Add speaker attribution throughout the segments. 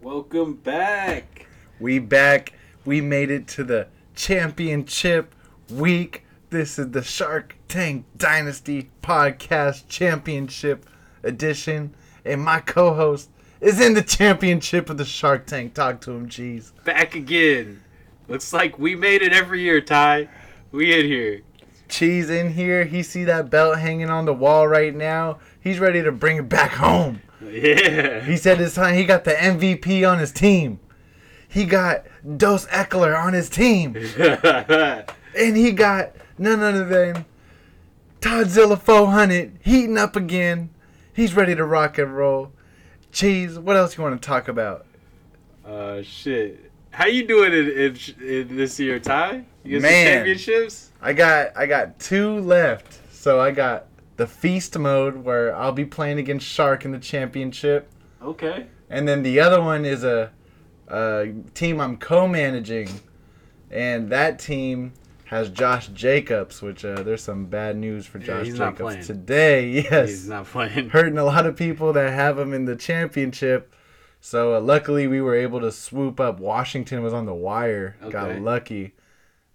Speaker 1: Welcome back.
Speaker 2: We back. We made it to the championship week. This is the Shark Tank Dynasty Podcast Championship Edition. And my co host is in the championship of the Shark Tank. Talk to him, jeez.
Speaker 1: Back again. Looks like we made it every year, Ty. We in here.
Speaker 2: Cheese in here. He see that belt hanging on the wall right now. He's ready to bring it back home.
Speaker 1: Yeah.
Speaker 2: He said it's time he got the MVP on his team. He got Dos Eckler on his team. And he got none other than Toddzilla 400 heating up again. He's ready to rock and roll. Cheese, what else you want to talk about?
Speaker 1: uh, shit. How you doing in, in, in this year, Ty? You got some
Speaker 2: Man.
Speaker 1: championships?
Speaker 2: I got I got two left. So I got the feast mode where I'll be playing against Shark in the championship,
Speaker 1: Okay.
Speaker 2: and then the other one is a, a team I'm co-managing, and that team has Josh Jacobs, which uh, there's some bad news for
Speaker 1: Yeah,
Speaker 2: Josh
Speaker 1: he's not
Speaker 2: Jacobs
Speaker 1: playing.
Speaker 2: today. Yes,
Speaker 1: He's not playing.
Speaker 2: hurting a lot of people that have him in the championship. So uh, luckily, we were able to swoop up. Washington was on the wire,
Speaker 1: Okay.
Speaker 2: got lucky,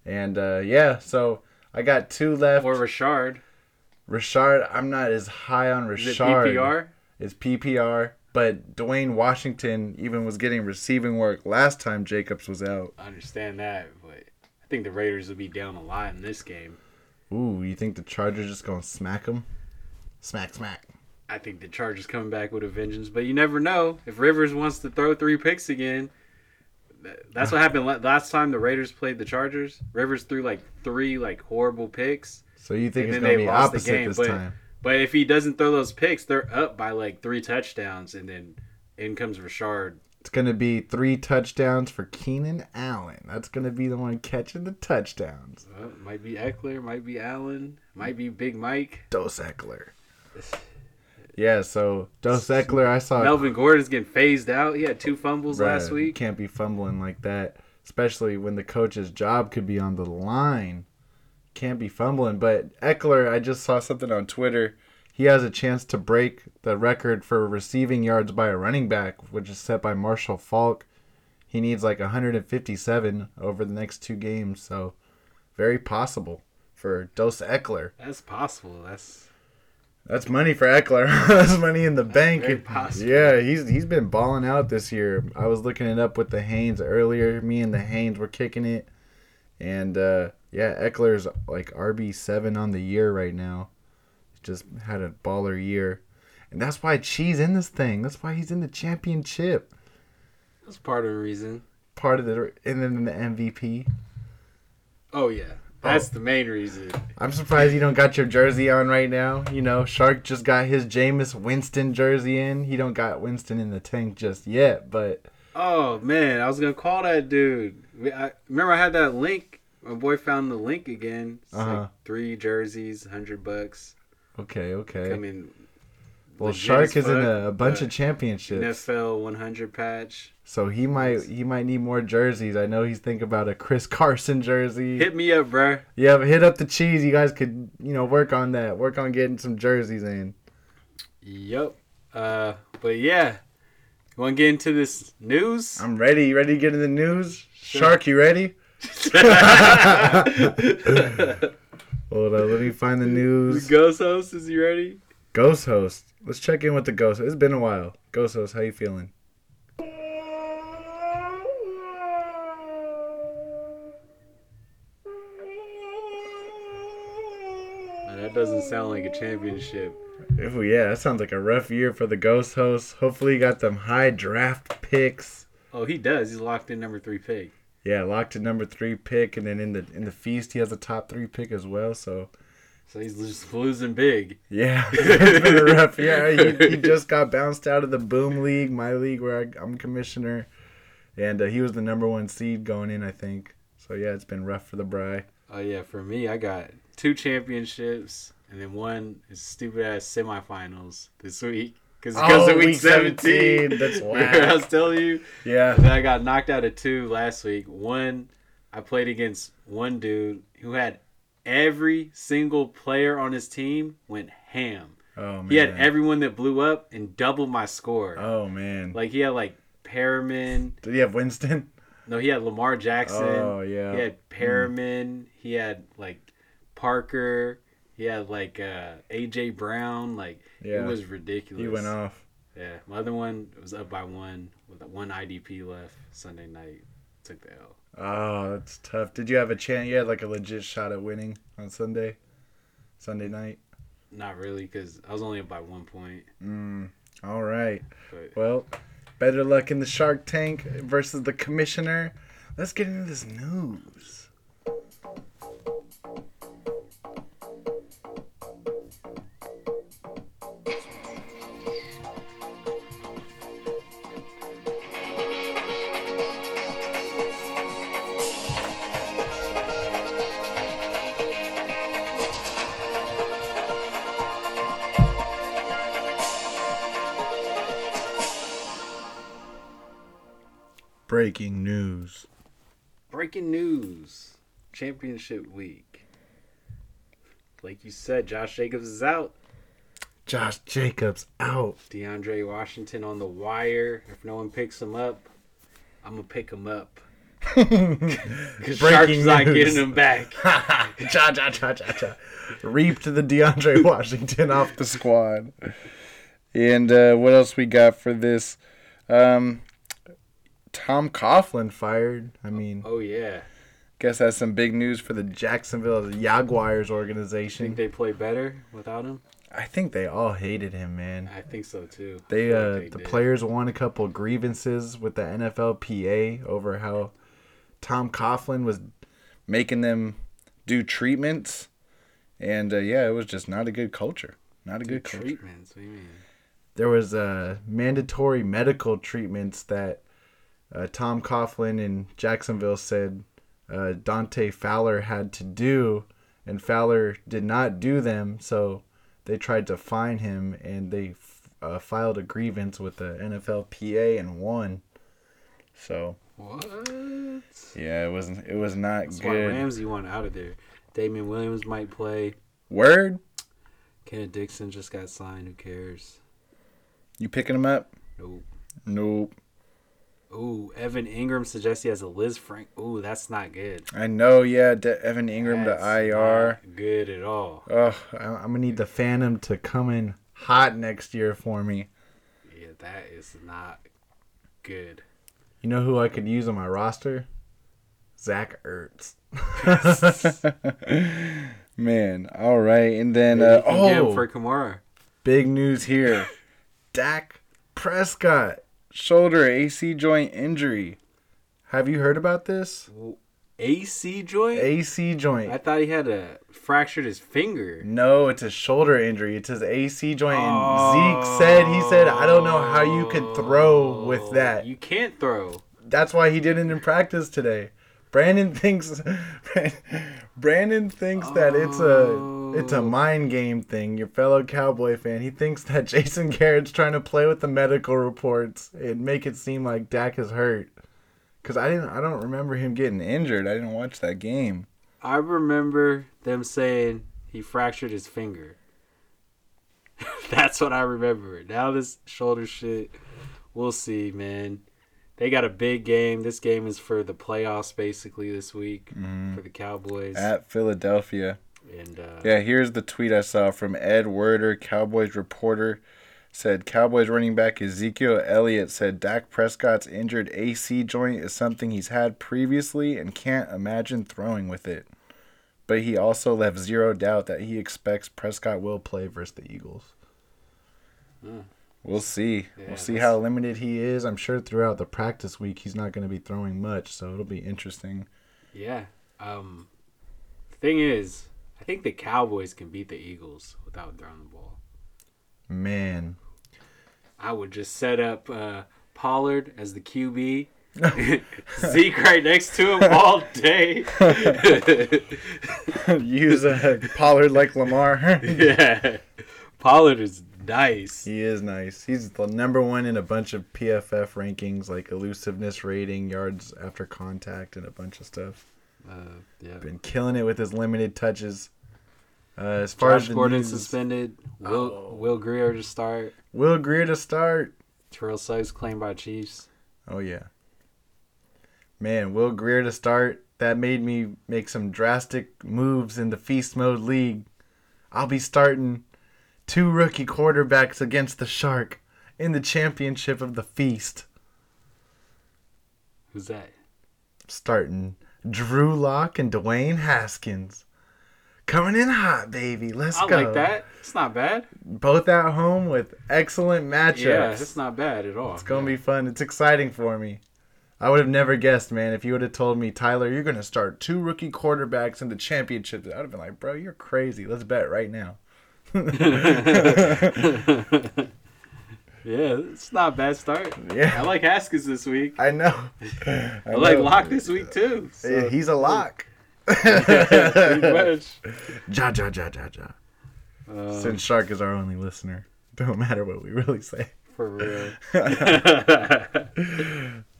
Speaker 2: and uh, yeah. So I got two left.
Speaker 1: Or Rashard.
Speaker 2: Richard, I'm not as high on
Speaker 1: Is it
Speaker 2: Richard.
Speaker 1: PPR?
Speaker 2: It's PPR, but Dwayne Washington even was getting receiving work last time Jacobs was out.
Speaker 1: I understand that, but I think the Raiders will be down a lot in this game.
Speaker 2: Ooh, you think the Chargers just gonna smack him? Smack, smack.
Speaker 1: I think the Chargers coming back with a vengeance, but you never know. If Rivers wants to throw three picks again, th- that's what happened la- last time the Raiders played the Chargers. Rivers threw like three like horrible picks,
Speaker 2: So you think
Speaker 1: And
Speaker 2: it's
Speaker 1: then
Speaker 2: gonna
Speaker 1: they
Speaker 2: be
Speaker 1: lost the
Speaker 2: opposite
Speaker 1: game,
Speaker 2: this
Speaker 1: but-
Speaker 2: time?
Speaker 1: but if he doesn't throw those picks, they're up by like three touchdowns, and then in comes Rashard.
Speaker 2: It's gonna be three touchdowns for Keenan Allen. That's gonna be the one catching the touchdowns.
Speaker 1: Well, it might be Eckler, might be Allen, might be Big Mike.
Speaker 2: Dos Eckler. Yeah, so Dos Eckler, I saw
Speaker 1: Melvin Gordon's getting phased out. He had two fumbles
Speaker 2: Uh, Bruh,
Speaker 1: last
Speaker 2: You
Speaker 1: week.
Speaker 2: can't be fumbling like that, especially when the coach's job could be on the line. Can't be fumbling. But Eckler, I just saw something on Twitter. He has a chance to break the record for receiving yards by a running back, which is set by Marshall Falk. He needs like 157 over the next two games, so very possible for Dos Eckler.
Speaker 1: That's possible. That's
Speaker 2: That's money for Eckler. That's money in the bank.
Speaker 1: very possible.
Speaker 2: Yeah, he's he's been balling out this year. I was looking it up with the Haynes earlier. Me and the Haynes were kicking it, and uh, yeah, Eckler's like RB seven on the year right now. Just had a baller year, and that's why Cheese in this thing. That's why he's in the championship.
Speaker 1: that's part of the reason.
Speaker 2: Part of the and then the MVP.
Speaker 1: Oh yeah, that's the main reason.
Speaker 2: I'm surprised you don't got your jersey on right now. You know, Shark just got his Jameis Winston jersey in. He don't got Winston in the tank just yet, but
Speaker 1: Oh man, I was gonna call that dude. We- I remember I had that link. My boy found the link again. It's
Speaker 2: Uh-huh.
Speaker 1: like three jerseys, hundred bucks.
Speaker 2: okay,
Speaker 1: I
Speaker 2: okay.
Speaker 1: mean,
Speaker 2: Well,
Speaker 1: legit
Speaker 2: Shark
Speaker 1: as
Speaker 2: is in
Speaker 1: fuck,
Speaker 2: a, a bunch
Speaker 1: but
Speaker 2: of championships,
Speaker 1: NFL 100 patch.
Speaker 2: so he might he might need more jerseys. I know he's thinking about a Chris Carson jersey.
Speaker 1: Hit me up, bruh.
Speaker 2: Yeah, but hit up the cheese. You guys could you know work on that. Work on getting some jerseys in.
Speaker 1: Yup. Uh, but yeah, you want to get into this news?
Speaker 2: I'm ready. You ready to get in the news? Shark, you ready? Hold on, let me find the
Speaker 1: the
Speaker 2: news.
Speaker 1: ghost host, is he ready?
Speaker 2: Ghost host. Let's check in with the ghost. It's been a while. Ghost host, how you feeling?
Speaker 1: Uh, that doesn't sound like a championship.
Speaker 2: Oh yeah, that sounds like a rough year for the ghost host. Hopefully you got them high draft picks.
Speaker 1: Oh, he does. He's locked in number three pick.
Speaker 2: Yeah, locked at number three pick, and then in the in the feast he has a top three pick as well. So
Speaker 1: So he's just losing big.
Speaker 2: yeah, it's been a rough year. He, he just got bounced out of the Boom League, my league where I, I'm commissioner, and uh, he was the number one seed going in, I think. So yeah, it's been rough for the Bry.
Speaker 1: Oh yeah, for me, I got two championships and then one is stupid ass semifinals this week because
Speaker 2: Oh,
Speaker 1: because of week,
Speaker 2: week
Speaker 1: 17.
Speaker 2: 17, that's
Speaker 1: Remember I
Speaker 2: whack.
Speaker 1: was telling you.
Speaker 2: Yeah,
Speaker 1: And then I got knocked out of two last week. One, I played against one dude who had every single player on his team went ham.
Speaker 2: Oh man.
Speaker 1: He had everyone that blew up and doubled my score.
Speaker 2: oh man.
Speaker 1: Like he had like Perriman.
Speaker 2: Did he have Winston?
Speaker 1: No, he had Lamar Jackson.
Speaker 2: Oh, yeah.
Speaker 1: He had Perriman. He had like Parker. He had like uh, AJ Brown. Like
Speaker 2: Yeah.
Speaker 1: it was ridiculous.
Speaker 2: He went off.
Speaker 1: Yeah, my other one was up by one with one IDP left Sunday night. Took the L.
Speaker 2: Oh, that's tough. Did you have a chance? You had like a legit shot at winning on Sunday, Sunday night.
Speaker 1: Not really, because I was only up by one point.
Speaker 2: Mm. All right.
Speaker 1: But
Speaker 2: Well, better luck in the Shark Tank versus the Commissioner. Let's get into this news. Breaking news.
Speaker 1: breaking news: Championship week. Like you said, Josh Jacobs is out.
Speaker 2: Josh Jacobs out.
Speaker 1: DeAndre Washington on the wire. If no one picks him up, I'm gonna pick him up. Cause Shark's
Speaker 2: Breaking
Speaker 1: not
Speaker 2: news.
Speaker 1: getting him back.
Speaker 2: cha cha cha cha cha. Reaped the DeAndre Washington off the squad. And uh, what else we got for this? Um, Tom Coughlin fired. I mean,
Speaker 1: Oh yeah,
Speaker 2: guess that's some big news for the Jacksonville Jaguars
Speaker 1: think
Speaker 2: organization.
Speaker 1: they play better without him.
Speaker 2: I think they all hated him, man.
Speaker 1: I think so too. I
Speaker 2: They
Speaker 1: feel
Speaker 2: uh,
Speaker 1: like
Speaker 2: the
Speaker 1: did.
Speaker 2: players won a couple grievances with the NFLPA over how Tom Coughlin was making them do treatments, and uh, yeah, it was just not a good culture. Not a good culture.
Speaker 1: treatments. What do you mean?
Speaker 2: there was uh, mandatory medical treatments that uh, Tom Coughlin in Jacksonville said uh, Dante Fowler had to do, and Fowler did not do them, so they tried to fine him, and they f- uh, filed a grievance with the NFLPA and won. So
Speaker 1: What?
Speaker 2: yeah, it wasn't. It was not
Speaker 1: That's why
Speaker 2: good.
Speaker 1: Ramsey won out of there. Damon Williams might play.
Speaker 2: Word,
Speaker 1: Kenneth Dixon just got signed. Who cares?
Speaker 2: you picking him up?
Speaker 1: Nope.
Speaker 2: Nope.
Speaker 1: Ooh, Evan Ingram suggests he has a Liz Frank. Ooh, that's not good.
Speaker 2: I know. Yeah, De- Evan Ingram
Speaker 1: That's
Speaker 2: to IR.
Speaker 1: not good at all.
Speaker 2: Ugh, I- I'm gonna need the Phantom to come in hot next year for me.
Speaker 1: Yeah, that is not good.
Speaker 2: You know who I could use on my roster? Zach Ertz. Man, all right, and then uh,
Speaker 1: You can get him
Speaker 2: oh,
Speaker 1: for Kamara.
Speaker 2: big news here: Dak Prescott shoulder AC joint injury. Have you heard about this?
Speaker 1: AC joint?
Speaker 2: AC
Speaker 1: I
Speaker 2: joint.
Speaker 1: thought he had a fractured his finger.
Speaker 2: No, it's a shoulder injury. It's his AC joint. And Zeke said, he said, I don't know how you could throw with that.
Speaker 1: You can't throw.
Speaker 2: That's why he didn't in practice today. Brandon thinks Brandon thinks that it's a it's a mind game thing. Your fellow Cowboy fan, he thinks that Jason Garrett's trying to play with the medical reports and make it seem like Dak is hurt. Cause I didn't I don't remember him getting injured. I didn't watch that game.
Speaker 1: I remember them saying he fractured his finger. That's what I remember. Now this shoulder shit, we'll see, man. They got a big game. This game is for the playoffs, basically, this week for the Cowboys.
Speaker 2: Mm-hmm. At Philadelphia.
Speaker 1: and uh,
Speaker 2: Yeah, here's the tweet I saw from Ed Werder, Cowboys reporter. Said Cowboys running back Ezekiel Elliott said Dak Prescott's injured AC joint is something he's had previously and can't imagine throwing with it. But he also left zero doubt that he expects Prescott will play versus the Eagles.
Speaker 1: Hmm.
Speaker 2: We'll see.
Speaker 1: Yeah,
Speaker 2: we'll see
Speaker 1: that's-
Speaker 2: how limited he is. I'm sure throughout the practice week he's not going to be throwing much, so it'll be interesting.
Speaker 1: yeah. Um, thing is, I think the Cowboys can beat the Eagles without throwing the ball.
Speaker 2: Man,
Speaker 1: I would just set up uh, Pollard as the QB. Zeke right next to him all day.
Speaker 2: use a Pollard like Lamar.
Speaker 1: yeah. Pollard is nice.
Speaker 2: He is nice. He's the number one in a bunch of PFF rankings, like elusiveness rating, yards after contact, and a bunch of stuff.
Speaker 1: Uh, yeah.
Speaker 2: Been killing it with his limited touches. Uh, as far
Speaker 1: Josh
Speaker 2: as the
Speaker 1: Gordon
Speaker 2: news,
Speaker 1: suspended. Will
Speaker 2: Oh.
Speaker 1: Will Greer to start.
Speaker 2: Will Greer to start.
Speaker 1: Terrell Suggs claimed by Chiefs.
Speaker 2: Oh yeah. Man, Will Greer to start. That made me make some drastic moves in the feast mode league. I'll be starting two rookie quarterbacks against the Shark in the championship of the feast.
Speaker 1: Who's that?
Speaker 2: Starting Drew Lock and Dwayne Haskins. Coming in hot, baby. Let's
Speaker 1: I
Speaker 2: go.
Speaker 1: like that. It's not bad.
Speaker 2: Both at home with excellent matchups.
Speaker 1: Yeah, it's not bad at all.
Speaker 2: It's gonna be fun. It's exciting for me. I would have never guessed, man. If you would have told me, Tyler, you're gonna start two rookie quarterbacks in the championship, I'd have been like, bro, you're crazy. Let's bet right now.
Speaker 1: Yeah, it's not a bad start. I
Speaker 2: Yeah,
Speaker 1: like Haskins this week.
Speaker 2: I know. I,
Speaker 1: I like
Speaker 2: know.
Speaker 1: Locke this week too. So
Speaker 2: Yeah, He's a lock.
Speaker 1: pretty much.
Speaker 2: Ja ja ja ja ja.
Speaker 1: Uh,
Speaker 2: Since Shark is our only listener, don't matter what we really say.
Speaker 1: Um, for real.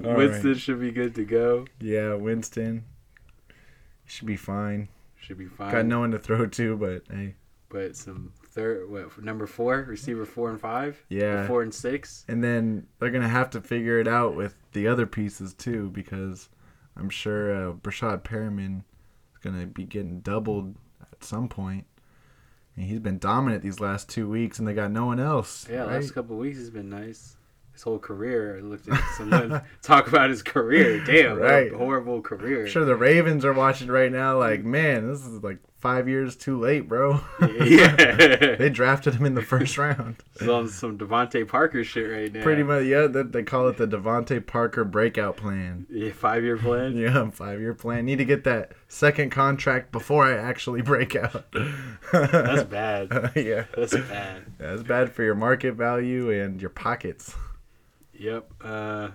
Speaker 2: All
Speaker 1: Winston
Speaker 2: right.
Speaker 1: should be good to go.
Speaker 2: Yeah, Winston. Should be fine.
Speaker 1: Should be fine.
Speaker 2: Got no one to throw to, but hey.
Speaker 1: But some third, what number four receiver four and five.
Speaker 2: Yeah.
Speaker 1: Or four and six.
Speaker 2: And then they're gonna have to figure it out with the other pieces too, because I'm sure uh, Brashad Perriman is gonna be getting doubled at some point. I mean, he's been dominant these last two weeks, and they got no one else.
Speaker 1: Yeah,
Speaker 2: right?
Speaker 1: last couple weeks has been nice. His whole career. I looked at someone talk about his career. Damn, what a
Speaker 2: Right.
Speaker 1: horrible career.
Speaker 2: I'm sure the Ravens are watching right now. Like, man, this is like five years too late, bro.
Speaker 1: Yeah,
Speaker 2: they drafted him in the first round.
Speaker 1: he's on some Devonte Parker shit right now.
Speaker 2: Pretty much, yeah. They, they call it the Devonte Parker breakout plan.
Speaker 1: Yeah, five year plan.
Speaker 2: Yeah, five year plan. Need to get that second contract before I actually break out.
Speaker 1: That's bad.
Speaker 2: yeah.
Speaker 1: That's bad.
Speaker 2: That's bad for your market value and your pockets.
Speaker 1: Yep. Uh,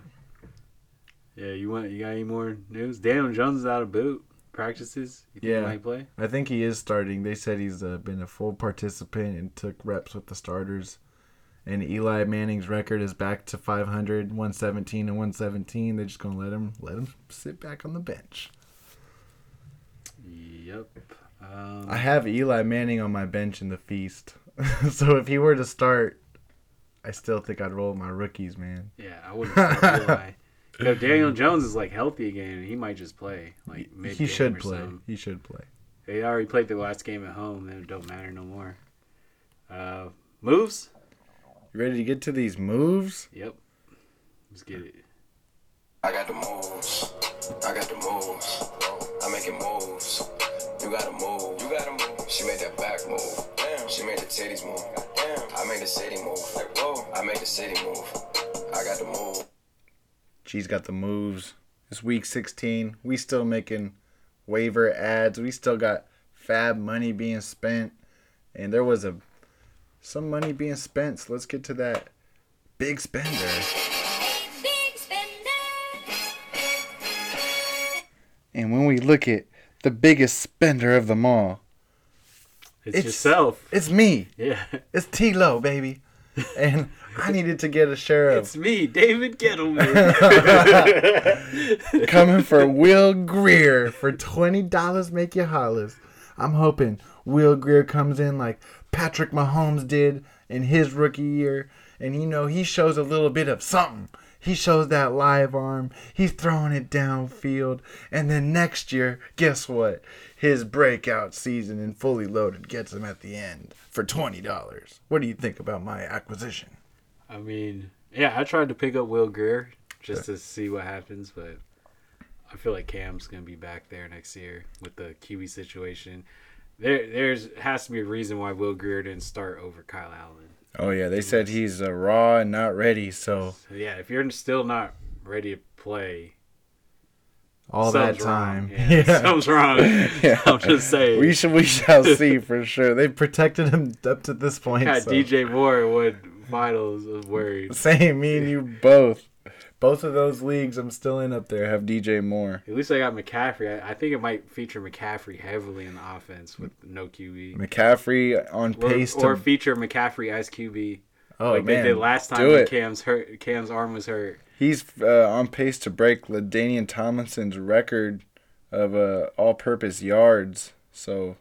Speaker 1: yeah, you want you got any more news? Daniel Jones is out of boot practices. You think
Speaker 2: Yeah.
Speaker 1: he might play.
Speaker 2: I think he is starting. They said he's uh, been a full participant and took reps with the starters. And Eli Manning's record is back to 500, 117 and 117. They're just going to let him let him sit back on the bench.
Speaker 1: Yep. Um,
Speaker 2: I have Eli Manning on my bench in the feast. so if he were to start, I still think I'd roll my rookies, man.
Speaker 1: yeah, I wouldn't start Eli. No, Daniel Jones is like healthy again, and he might just play like mid.
Speaker 2: he should play.
Speaker 1: Something.
Speaker 2: He should play.
Speaker 1: They already played the last game at home. Then it don't matter no more. Uh, moves.
Speaker 2: You ready to get to these moves?
Speaker 1: Yep. Let's get it.
Speaker 3: I got the moves. I got the moves. I'm making moves. You gotta move. You gotta move. She made that back move. Damn. She made the titties move. Damn. I made the city move. I made the city move. I got the move.
Speaker 2: G's got the moves. It's week 16. We still making waiver ads. We still got fab money being spent. And there was a some money being spent. So let's get to that big spender.
Speaker 4: Big spender.
Speaker 2: And when we look at the biggest spender of them all,
Speaker 1: It's,
Speaker 2: It's-
Speaker 1: yourself.
Speaker 2: it's me.
Speaker 1: Yeah.
Speaker 2: It's T Lo, baby. And I needed to get a share of
Speaker 1: It's me, David Gettleman.
Speaker 2: coming for Will Greer for twenty dollars. Make you hollers. I'm hoping Will Greer comes in like Patrick Mahomes did in his rookie year, and you know he shows a little bit of something. He shows that live arm. He's throwing it downfield, and then next year, guess what? His breakout season in fully loaded gets him at the end for twenty dollars. What do you think about my acquisition?
Speaker 1: I mean, yeah, I tried to pick up Will Greer just to see what happens, but I feel like Cam's gonna be back there next year with the QB situation. There, there's has to be a reason why Will Greer didn't start over Kyle Allen.
Speaker 2: Oh yeah, they said he's uh, raw and not ready, so
Speaker 1: So yeah, if you're still not ready to play,
Speaker 2: all
Speaker 1: something's
Speaker 2: that time.
Speaker 1: wrong. Yeah, something's wrong. I'm just saying.
Speaker 2: We should we shall see for sure. They protected him up to this point.
Speaker 1: had
Speaker 2: so.
Speaker 1: DJ Moore in one finals of worries.
Speaker 2: Same, me and you both. Both of those leagues I'm still in up there have DJ Moore.
Speaker 1: At least I got McCaffrey. I, I think it might feature McCaffrey heavily in the offense with no QB.
Speaker 2: McCaffrey on
Speaker 1: Or,
Speaker 2: pace to
Speaker 1: or feature McCaffrey as QB.
Speaker 2: oh
Speaker 1: like
Speaker 2: man,
Speaker 1: they did last time
Speaker 2: do
Speaker 1: when
Speaker 2: it.
Speaker 1: Cam's hurt, Cam's arm was hurt.
Speaker 2: He's uh, on pace to break Ladainian Tomlinson's record of uh, all-purpose yards. So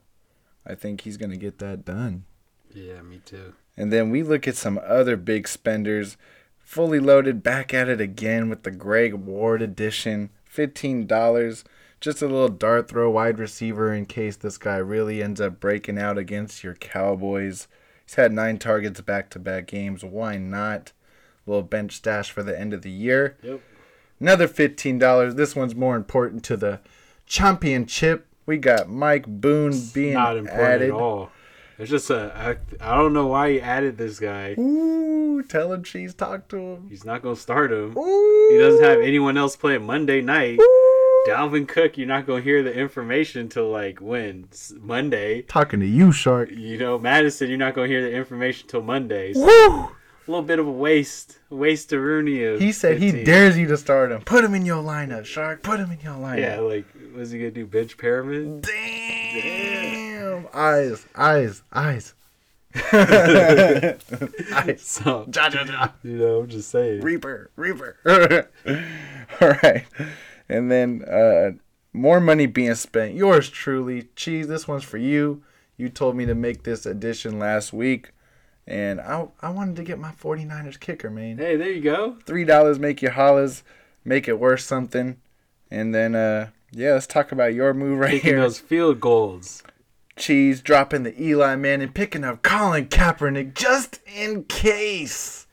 Speaker 2: I think he's gonna get that done.
Speaker 1: Yeah, me too.
Speaker 2: And then we look at some other big spenders. Fully loaded, back at it again with the Greg Ward edition. $15. Just a little dart throw wide receiver in case this guy really ends up breaking out against your Cowboys. He's had nine targets back to back games. Why not? Little bench stash for the end of the year.
Speaker 1: Yep.
Speaker 2: Another $15. This one's more important to the championship. We got Mike Boone being
Speaker 1: Not important
Speaker 2: added.
Speaker 1: at all. It's just a. I, I don't know why he added this guy.
Speaker 2: Ooh, tell him she's talked to him.
Speaker 1: He's not gonna start him.
Speaker 2: Ooh.
Speaker 1: He doesn't have anyone else playing Monday night. Dalvin Cook, you're not gonna hear the information till like when S- Monday.
Speaker 2: Talking to you, Shark.
Speaker 1: You know, Madison, you're not gonna hear the information till Monday. So
Speaker 2: Woo!
Speaker 1: a little bit of a waste, waste to Rooney. Of
Speaker 2: He said he
Speaker 1: 15.
Speaker 2: dares you to start him. Put him in your lineup, Shark. Put him in your
Speaker 1: Yeah,
Speaker 2: lineup.
Speaker 1: like was he gonna do bench pyramid?
Speaker 2: Damn. Eyes, eyes, eyes. eyes.
Speaker 1: So
Speaker 2: Ja, ja, ja.
Speaker 1: you know, I'm just saying.
Speaker 2: Reaper, Reaper. All right. And then uh, more money being spent. Yours truly. Cheese, this one's for you. You told me to make this edition last week. And I, I wanted to get my 49ers kicker, man.
Speaker 1: Hey, there you go.
Speaker 2: three dollars make you hollers make it worth something and then uh yeah let's talk about your move right
Speaker 1: Taking
Speaker 2: here
Speaker 1: those field goals.
Speaker 2: cheese dropping the eli man and picking up colin kaepernick just in case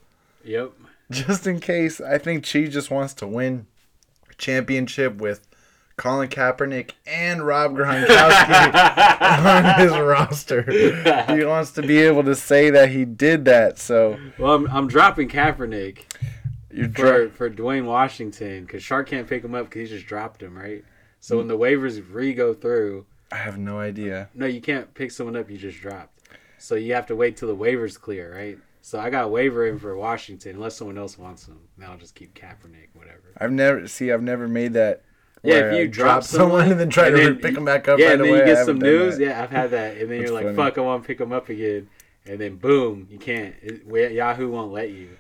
Speaker 1: Yep.
Speaker 2: just in case i think cheese just wants to win a championship with colin kaepernick and rob gronkowski on his roster he wants to be able to say that he did that so
Speaker 1: Well, I'm, I'm dropping Kaepernick
Speaker 2: you're
Speaker 1: for
Speaker 2: dro-
Speaker 1: for Dwayne Washington because Shark can't pick him up because he just dropped him, right? So when the waivers re go through,
Speaker 2: i have no idea
Speaker 1: no, you can't pick someone up you just dropped. So you have to wait till the waivers clear, right? So I got a waiver in for Washington unless someone else wants him. Then I'll just keep Kaepernick, whatever.
Speaker 2: I've never see. I've never made that.
Speaker 1: Yeah,
Speaker 2: where
Speaker 1: if you
Speaker 2: I
Speaker 1: drop someone,
Speaker 2: and then try
Speaker 1: and
Speaker 2: to
Speaker 1: then-
Speaker 2: pick them back up.
Speaker 1: yeah,
Speaker 2: right
Speaker 1: and then
Speaker 2: away,
Speaker 1: you
Speaker 2: I
Speaker 1: get
Speaker 2: haven't
Speaker 1: some
Speaker 2: done
Speaker 1: news.
Speaker 2: that.
Speaker 1: Yeah, I've had that, and then
Speaker 2: That's
Speaker 1: you're like,
Speaker 2: funny.
Speaker 1: "Fuck, I want to pick him up again," and then boom, you can't. It, wa- Yahoo won't let you.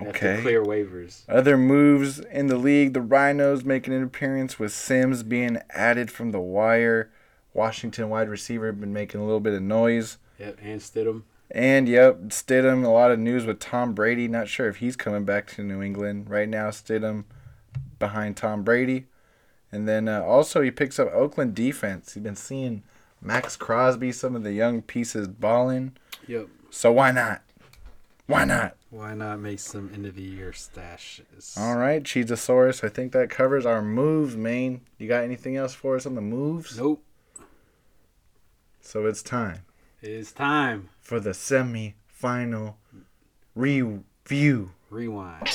Speaker 1: You have to
Speaker 2: Okay.
Speaker 1: clear waivers.
Speaker 2: Other moves in the league: the Rhinos making an appearance with Sims being added from the wire. Washington wide receiver been making a little bit of noise.
Speaker 1: Yep, and Stidham.
Speaker 2: And yep, Stidham. A lot of news with Tom Brady. Not sure if he's coming back to New England right now. Stidham behind Tom Brady, and then uh, also he picks up Oakland defense. He's been seeing Max Crosby, some of the young pieces balling.
Speaker 1: Yep.
Speaker 2: So why not? Why not?
Speaker 1: Why not make some end of the year stashes?
Speaker 2: All right, Cheezosaurus. I think that covers our moves, man. You got anything else for us on the moves?
Speaker 1: Nope.
Speaker 2: So it's time
Speaker 1: It's time.
Speaker 2: for the semi-final review.
Speaker 1: Rewind.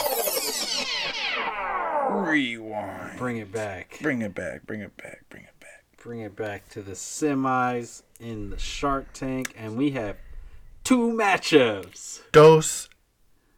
Speaker 2: Rewind.
Speaker 1: Bring it back.
Speaker 2: Bring it back. Bring it back. Bring it back.
Speaker 1: Bring it back to the semis in the Shark Tank, and we have two matchups.
Speaker 2: Dos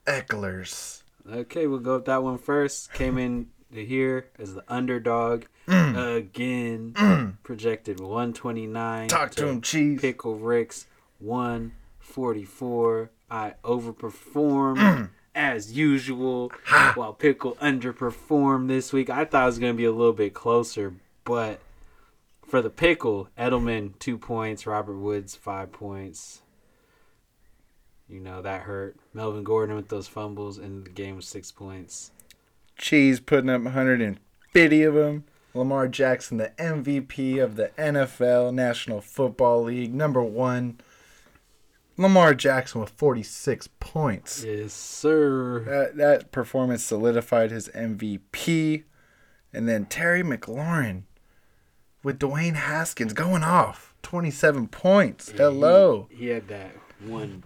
Speaker 2: Ecklers.
Speaker 1: Okay, we'll go with that one first. Came in to here as the underdog
Speaker 2: Mm.
Speaker 1: again. Projected 129.
Speaker 2: Talk to him, Cheese.
Speaker 1: Pickle Rick's 144. I overperformed as usual, while Pickle underperformed this week. I thought it was going to be a little bit closer, but for the Pickle, Edelman, two points, Robert Woods, five points. You know, that hurt. Melvin Gordon with those fumbles, and the game was six points.
Speaker 2: Cheese putting up 150 of them. Lamar Jackson, the MVP of the NFL, National Football League, number one. Lamar Jackson with 46 points.
Speaker 1: Yes, sir.
Speaker 2: That, that performance solidified his MVP. And then Terry McLaurin with Dwayne Haskins going off 27 points. Hello.
Speaker 1: He, he had that one,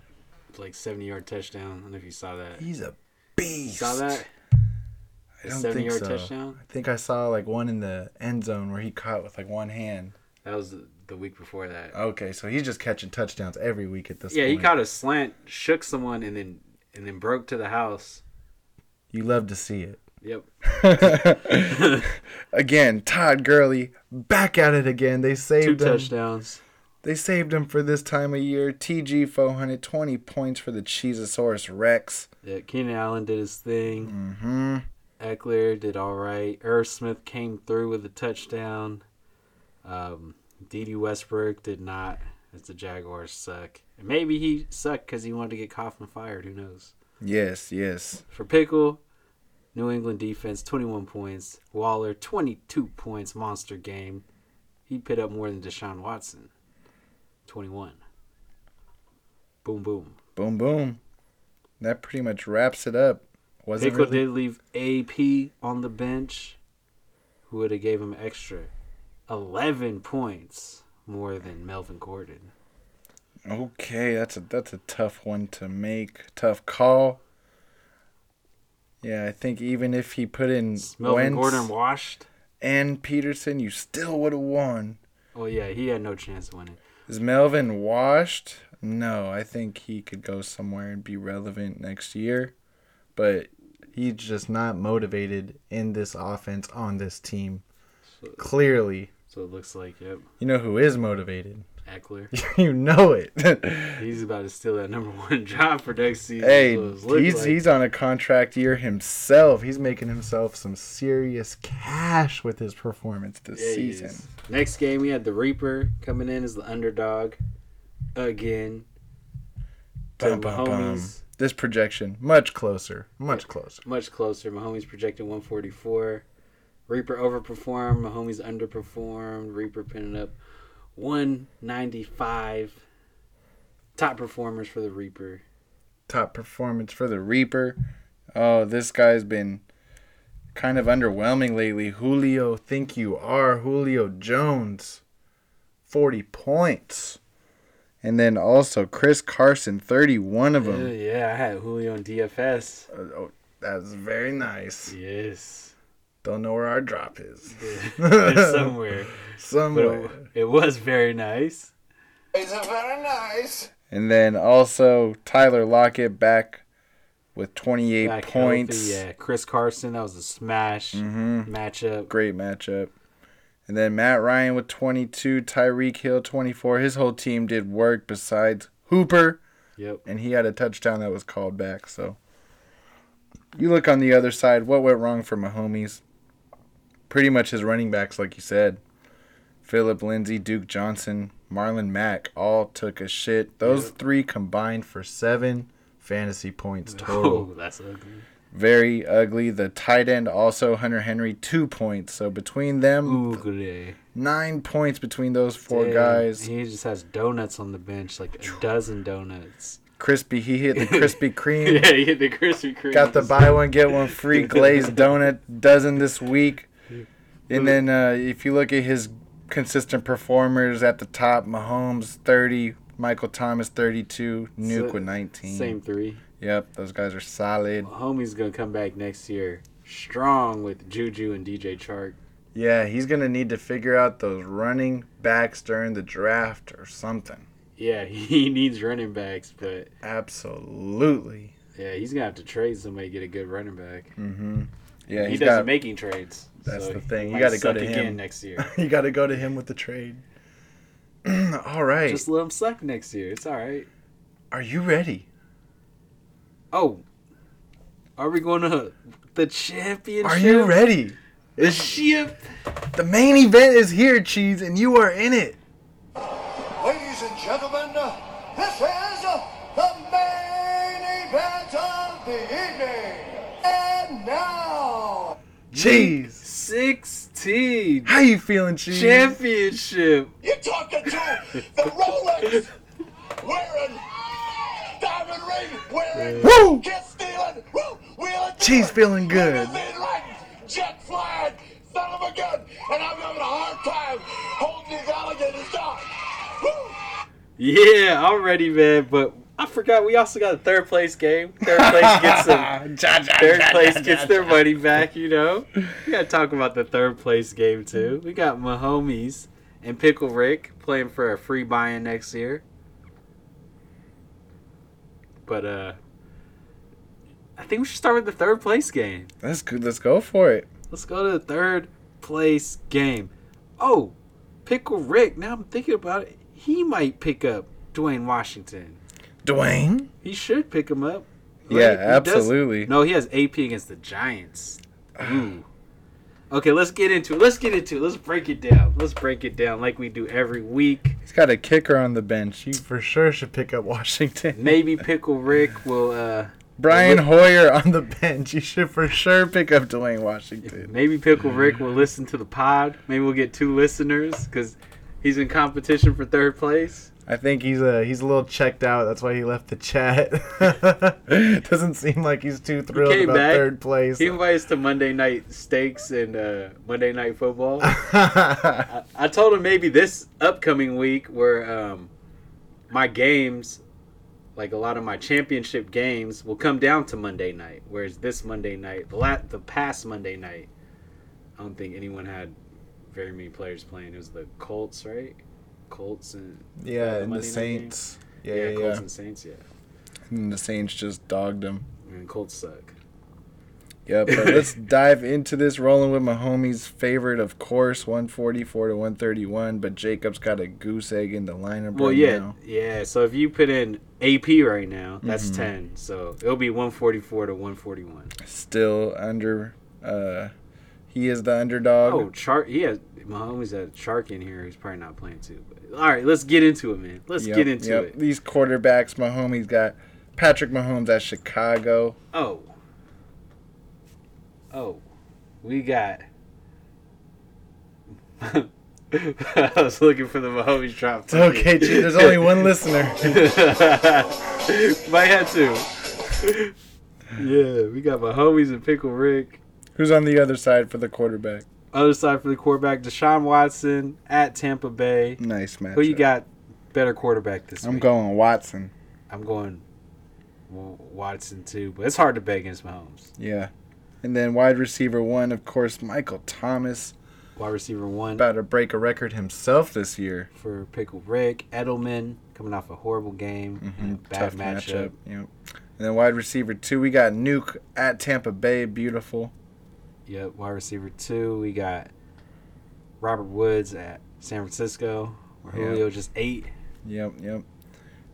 Speaker 1: like, 70 yard touchdown. I don't know if you saw that.
Speaker 2: He's a beast.
Speaker 1: Saw that?
Speaker 2: I don't
Speaker 1: 70
Speaker 2: think
Speaker 1: yard
Speaker 2: so.
Speaker 1: touchdown?
Speaker 2: I think I saw like one in the end zone where he caught with like one hand.
Speaker 1: That was the- the week before that.
Speaker 2: Okay, so he's just catching touchdowns every week at this
Speaker 1: yeah, he
Speaker 2: point.
Speaker 1: caught a slant, shook someone, and then and then broke to the house.
Speaker 2: You love to see it.
Speaker 1: Yep.
Speaker 2: Again, Todd Gurley back at it again. They
Speaker 1: Two
Speaker 2: saved him.
Speaker 1: touchdowns.
Speaker 2: They saved him for this time of year. TG 420 points for the Cheezosaurus Rex.
Speaker 1: Yeah, Keenan Allen did his thing.
Speaker 2: Mm-hmm.
Speaker 1: Eckler did all right. Irv Smith came through with a touchdown. Um, D.D. Westbrook did not. is the Jaguars suck. And maybe he sucked because he wanted to get Coughlin fired. Who knows?
Speaker 2: Yes, yes.
Speaker 1: For Pickle, New England defense, 21 points. Waller, 22 points. Monster game. He put up more than Deshaun Watson, 21. Boom, boom.
Speaker 2: Boom, boom. That pretty much wraps it up. Wasn't
Speaker 1: Pickle
Speaker 2: really-
Speaker 1: did leave AP on the bench, who would have gave him extra 11 points more than Melvin Gordon.
Speaker 2: Okay, that's a that's a tough one to make. Tough call. Yeah, I think even if he put in
Speaker 1: Melvin
Speaker 2: Wentz
Speaker 1: Gordon washed.
Speaker 2: and Peterson, you still would have won.
Speaker 1: Oh yeah, he had no chance of winning.
Speaker 2: Is Melvin washed? No, I think he could go somewhere and be relevant next year. But he's just not motivated in this offense on this team.
Speaker 1: So,
Speaker 2: Clearly,
Speaker 1: so it looks like yep,
Speaker 2: you know who is motivated.
Speaker 1: Eckler.
Speaker 2: you know it.
Speaker 1: He's about to steal that number one job for next season.
Speaker 2: Hey,
Speaker 1: so it's look
Speaker 2: he's
Speaker 1: like-
Speaker 2: he's on a contract year himself. He's making himself some serious cash with his performance this
Speaker 1: Yeah, he
Speaker 2: season.
Speaker 1: is. Next game, we had the Reaper coming in as the underdog again. to
Speaker 2: Bum, bum, bum.
Speaker 1: Mahomes.
Speaker 2: This projection much closer, much closer.
Speaker 1: Much closer. Mahomes projected 144. Reaper overperformed. Mahomes underperformed. Reaper pinning up 195. Top performers for the Reaper.
Speaker 2: Top performance for the Reaper. Oh, this guy's been kind of underwhelming lately. Julio, think you are Julio Jones, forty points, and then also Chris Carson, thirty-one of
Speaker 1: Ew,
Speaker 2: them.
Speaker 1: Oh, yeah, I had Julio on DFS.
Speaker 2: Uh, Oh, that's very nice.
Speaker 1: Yes.
Speaker 2: Don't know where our drop is.
Speaker 1: They're somewhere. But uh,
Speaker 2: Somewhere.
Speaker 1: it, it was very nice.
Speaker 3: It's a very nice.
Speaker 2: And then also Tyler Lockett back with 28
Speaker 1: Back
Speaker 2: points.
Speaker 1: healthy, yeah, Chris Carson, that was a smash
Speaker 2: Mhm.
Speaker 1: matchup.
Speaker 2: Great matchup. And then Matt Ryan with 22, Tyreek Hill 24. His whole team did work besides Hooper,
Speaker 1: Yep.
Speaker 2: and he had a touchdown that was called back. So you look on the other side, what went wrong for Mahomes? Pretty much his running backs, like you said. Philip Lindsay, Duke Johnson, Marlon Mack all took a shit. Those three combined for seven fantasy points total.
Speaker 1: Oh, that's ugly.
Speaker 2: very ugly. The tight end also Hunter Henry two points. So between them,
Speaker 1: Ugly.
Speaker 2: nine points between those four
Speaker 1: Dang,
Speaker 2: guys.
Speaker 1: He just has donuts on the bench, like a dozen donuts.
Speaker 2: Crispy, he hit the Krispy Kreme.
Speaker 1: yeah, he hit the Krispy Kreme.
Speaker 2: Got the buy one get one free glazed donut dozen this week. And then uh, if you look at his consistent performers at the top, Mahomes thirty, Michael Thomas thirty two, Nuke
Speaker 1: So-
Speaker 2: with nineteen.
Speaker 1: Same three.
Speaker 2: Yep, those guys are solid.
Speaker 1: Homie's gonna come back next year strong with Juju and DJ Chark.
Speaker 2: Yeah, he's gonna need to figure out those running backs during the draft or something.
Speaker 1: Yeah, he needs running backs, but
Speaker 2: Absolutely.
Speaker 1: yeah, he's gonna have to trade somebody to get a good running back.
Speaker 2: Mm-hmm. Yeah,
Speaker 1: he
Speaker 2: he's
Speaker 1: doesn't
Speaker 2: got,
Speaker 1: make any trades.
Speaker 2: That's
Speaker 1: so
Speaker 2: the
Speaker 1: he
Speaker 2: thing. You
Speaker 1: might
Speaker 2: gotta go
Speaker 1: suck
Speaker 2: to
Speaker 1: again
Speaker 2: him.
Speaker 1: next year.
Speaker 2: you got to go to him with the trade. all right.
Speaker 1: Just let him suck next year. It's all right.
Speaker 2: Are you ready?
Speaker 1: Oh, are we going to the championship?
Speaker 2: Are you ready?
Speaker 1: The ship.
Speaker 2: The main event is here, Cheese, and you are in it.
Speaker 3: Ladies and gentlemen, this is the main event of the evening. And now,
Speaker 2: Cheese.
Speaker 1: 16
Speaker 2: How you feeling, Cheese?
Speaker 1: championship.
Speaker 3: you're talking to the Rolex wearing, diamond ring wearing,
Speaker 2: Woo!
Speaker 3: kiss stealing, root wheeling,
Speaker 2: Cheese feeling good.
Speaker 3: limousine riding, jet flying, son of a gun, and I'm having a hard time holding these alligators down. Woo!
Speaker 1: Yeah, already, man. But I forgot we also got a third place game. Third place gets some. Third place gets their money back. You know, we gotta talk about the third place game too. We got Mahomes and Pickle Rick playing for a free buy-in next year. But uh, I think we should start with the third place game.
Speaker 2: Let's go, let's go for it.
Speaker 1: Let's go to the third place game. Oh, Pickle Rick. Now I'm thinking about it. He might pick up Dwayne Washington.
Speaker 2: Dwayne.
Speaker 1: He should pick him up.
Speaker 2: Yeah,
Speaker 1: He does-
Speaker 2: absolutely.
Speaker 1: no, he has AP against the Giants. Ooh. Mm. Okay, let's get into it. Let's get into it. Let's break it down. Let's break it down like we do every week.
Speaker 2: He's got a kicker on the bench. You for sure should pick up Washington.
Speaker 1: Maybe Pickle Rick will uh
Speaker 2: Brian Hoyer on the bench. You should for sure pick up Dwayne Washington.
Speaker 1: maybe Pickle Rick will listen to the pod. Maybe we'll get two listeners cuz he's in competition for third place.
Speaker 2: I think he's a he's a little checked out. That's why he left the chat. Doesn't seem like he's too thrilled
Speaker 1: came
Speaker 2: about
Speaker 1: back.
Speaker 2: third place.
Speaker 1: He invites to Monday night steaks and uh Monday night football.
Speaker 2: I
Speaker 1: I, I told him maybe this upcoming week where um, my games, like a lot of my championship games, will come down to Monday night. Whereas this Monday night, the la- the past Monday night, I don't think anyone had very many players playing. It was the Colts, right? Colts and
Speaker 2: yeah,
Speaker 1: Monday night
Speaker 2: and the
Speaker 1: game?
Speaker 2: Saints. Yeah,
Speaker 1: yeah,
Speaker 2: yeah,
Speaker 1: Colts
Speaker 2: yeah.
Speaker 1: and Saints, yeah.
Speaker 2: And the Saints just dogged him.
Speaker 1: And Colts suck.
Speaker 2: Yeah, but let's dive into this. Rolling with my homies, favorite of course, one forty four to one thirty one. But Jacob's got a goose egg in the lineup.
Speaker 1: Well,
Speaker 2: right
Speaker 1: yeah,
Speaker 2: now.
Speaker 1: yeah. So if you put in AP right now, that's ten. So it'll be one forty four to one forty one.
Speaker 2: still under. Uh, he is the underdog.
Speaker 1: Oh, Chark. He has Mahomes had Chark in here. He's probably not playing too. But all right, let's get into it, man. Let's
Speaker 2: Yep,
Speaker 1: get into
Speaker 2: yep.
Speaker 1: it.
Speaker 2: These quarterbacks, my homie's got Patrick Mahomes at Chicago.
Speaker 1: Oh, oh, we got. I was looking for the Mahomes drop.
Speaker 2: It's okay, Chief, there's only one listener.
Speaker 1: Might have to. yeah, we got Mahomes and Pickle Rick.
Speaker 2: Who's on the other side for the quarterback?
Speaker 1: Other side for the quarterback, Deshaun Watson at Tampa Bay.
Speaker 2: Nice match.
Speaker 1: Who you got better quarterback this
Speaker 2: I'm
Speaker 1: week?
Speaker 2: going Watson.
Speaker 1: I'm going W- Watson too, but it's hard to bet against Mahomes.
Speaker 2: Yeah. And then wide receiver one, of course, Michael Thomas.
Speaker 1: Wide receiver one
Speaker 2: About to break a record himself this year.
Speaker 1: for Pickle Rick, Edelman coming off a horrible game and Mm, bad Mm-hmm. matchup.
Speaker 2: Mm-hmm. Yep. And then wide receiver two, we got Nuke at Tampa Bay. Beautiful.
Speaker 1: Yep, wide receiver two. We got Robert Woods at San Francisco, where
Speaker 2: Yep.
Speaker 1: Julio just ate.
Speaker 2: Yep, yep.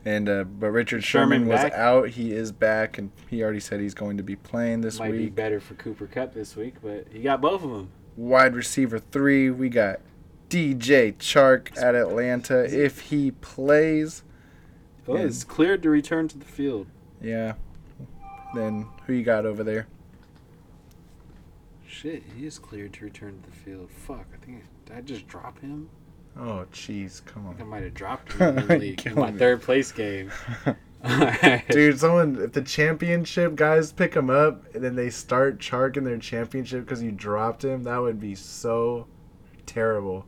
Speaker 2: And uh, but Richard
Speaker 1: Sherman
Speaker 2: Sherman, was
Speaker 1: back?
Speaker 2: out. He is back, and he already said he's going to be playing this
Speaker 1: Might be
Speaker 2: week.
Speaker 1: better for Cooper Cup this week, but you got both of them.
Speaker 2: Wide receiver three, we got DJ Chark at Atlanta if he plays.
Speaker 1: Oh,
Speaker 2: Yeah.
Speaker 1: It's cleared to return to the field.
Speaker 2: Yeah. Then who you got over there?
Speaker 1: Shit, he is cleared to return to the field. Fuck, I think did I just drop him?
Speaker 2: Oh, jeez, come
Speaker 1: I might have dropped him in, the league in
Speaker 2: Kill
Speaker 1: my
Speaker 2: me.
Speaker 1: third place game. Alright.
Speaker 2: Dude, someone if the championship guys pick him up and then they start Chark in their championship because you dropped him, that would be so terrible.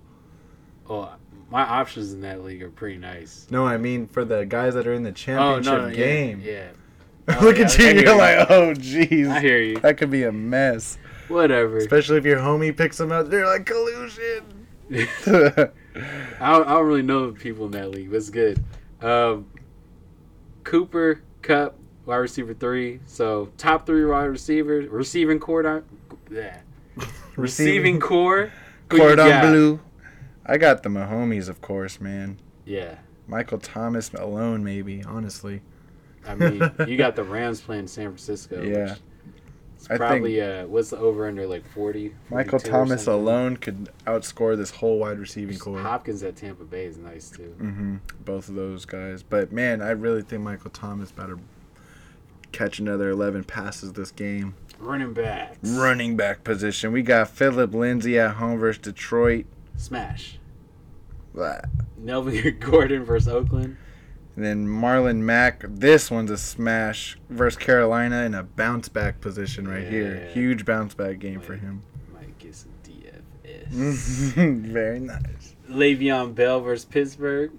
Speaker 1: Well, my options in that league are pretty nice.
Speaker 2: No, I mean for the guys that are in the championship
Speaker 1: Oh, yeah,
Speaker 2: game.
Speaker 1: Yeah, Oh,
Speaker 2: Look
Speaker 1: yeah,
Speaker 2: at
Speaker 1: I
Speaker 2: you,
Speaker 1: hear
Speaker 2: you're
Speaker 1: you.
Speaker 2: like, oh
Speaker 1: I
Speaker 2: jeez,
Speaker 1: hear you.
Speaker 2: that could be a mess.
Speaker 1: Whatever.
Speaker 2: Especially if your homie picks him up, they're like collusion.
Speaker 1: I don't, I don't really know the people in that league, but it's good. Um, Cooper, Cup, wide receiver three. So top three wide receivers, receiving core. di- Yeah. Receiving core. Who you
Speaker 2: cordon
Speaker 1: got?
Speaker 2: bleu. I got the Mahomes, of course, man.
Speaker 1: Yeah.
Speaker 2: Michael Thomas alone, maybe. Honestly,
Speaker 1: I mean, you got the Rams playing San Francisco.
Speaker 2: Yeah.
Speaker 1: Which it's
Speaker 2: I think-
Speaker 1: probably uh, what's the over under like forty.
Speaker 2: Michael
Speaker 1: 42 or
Speaker 2: Thomas
Speaker 1: something?
Speaker 2: alone could outscore this whole wide receiving core.
Speaker 1: Hopkins at Tampa Bay is nice too.
Speaker 2: hmm Both of those guys, but man, I really think Michael Thomas better catch another 11 passes this game.
Speaker 1: Running back.
Speaker 2: running back position. We got Philip Lindsay at home versus Detroit.
Speaker 1: Smash.
Speaker 2: Blah.
Speaker 1: Melvin Gordon versus Oakland.
Speaker 2: And then Marlon Mack. This one's a smash versus Carolina in a bounce back position right here.
Speaker 1: Yeah.
Speaker 2: Huge bounce back game for
Speaker 1: Right.
Speaker 2: him.
Speaker 1: Might get some
Speaker 2: Mm.
Speaker 1: DFS.
Speaker 2: Very nice.
Speaker 1: Le'Veon Bell versus Pittsburgh.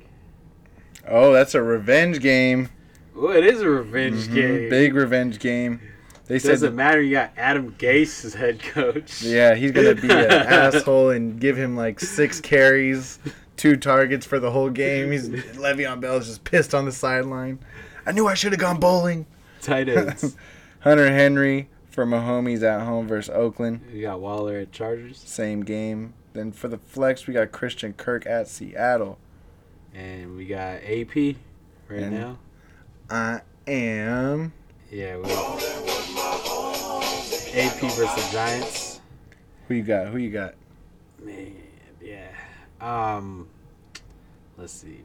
Speaker 2: Oh, that's a revenge game.
Speaker 1: Oh, it is a revenge
Speaker 2: Mhm.
Speaker 1: game.
Speaker 2: Big revenge game. They said,
Speaker 1: Doesn't matter. You got Adam Gase as head coach.
Speaker 2: yeah, he's gonna be an asshole and give him like six carries, two targets for the whole game. He's Le'Veon Bell's just pissed on the sideline. I knew I should have gone bowling.
Speaker 1: Tight ends.
Speaker 2: Hunter Henry for Mahomes at home versus Oakland.
Speaker 1: you got Waller at Chargers
Speaker 2: Same game. Then for the flex, we got Christian Kirk at Seattle.
Speaker 1: and we got AP right
Speaker 2: And-
Speaker 1: now.
Speaker 2: I am.
Speaker 1: Yeah. We AP versus the Giants.
Speaker 2: Who you got? Who you got?
Speaker 1: Man, yeah. Um, let's see.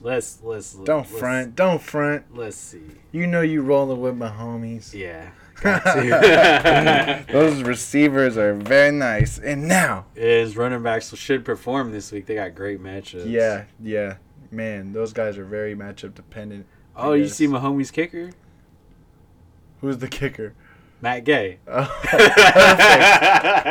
Speaker 1: Let's let's
Speaker 2: Don't
Speaker 1: let's-
Speaker 2: front. Don't front.
Speaker 1: Let's see.
Speaker 2: You know you rolling with my homies.
Speaker 1: Yeah. Got to.
Speaker 2: Those receivers are very nice. And now,
Speaker 1: Is running backs should perform this week. They got great matchups.
Speaker 2: yeah, yeah, man, those guys are very matchup dependent.
Speaker 1: Oh,
Speaker 2: I
Speaker 1: you
Speaker 2: guess.
Speaker 1: see Mahomes kicker,
Speaker 2: Who's the kicker?
Speaker 1: Matt Gay.
Speaker 2: Oh, perfect.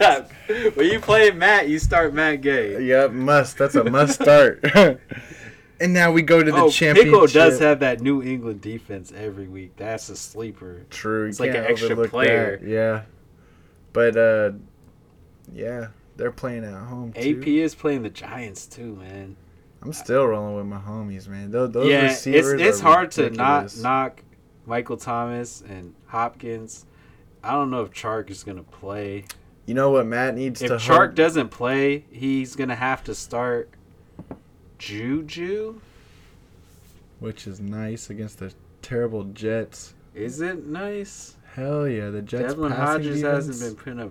Speaker 2: Perfect.
Speaker 1: when you play Matt, you start Matt Gay.
Speaker 2: Yep, must. That's a must start. and now we go to the
Speaker 1: oh,
Speaker 2: championship.
Speaker 1: Pickle does have that New England defense every week. That's a sleeper.
Speaker 2: True. you
Speaker 1: It's like an
Speaker 2: can't
Speaker 1: extra
Speaker 2: overlook
Speaker 1: player.
Speaker 2: that, Yeah. But uh yeah, they're playing at home too.
Speaker 1: AP is playing the Giants too, man.
Speaker 2: I'm still rolling with my homies, man. Those, those
Speaker 1: yeah, it's
Speaker 2: receivers
Speaker 1: it's
Speaker 2: are
Speaker 1: hard to not
Speaker 2: ridiculous.
Speaker 1: knock Michael Thomas and Hopkins. I don't know if Chark is gonna play.
Speaker 2: You know what Matt needs
Speaker 1: If
Speaker 2: to
Speaker 1: Chark
Speaker 2: hold-
Speaker 1: doesn't play, he's gonna have to start Juju.
Speaker 2: which is nice against the terrible Jets.
Speaker 1: Is it nice?
Speaker 2: Hell yeah, the Jets
Speaker 1: Devlin
Speaker 2: passing
Speaker 1: Hodges
Speaker 2: defense,
Speaker 1: hasn't been putting up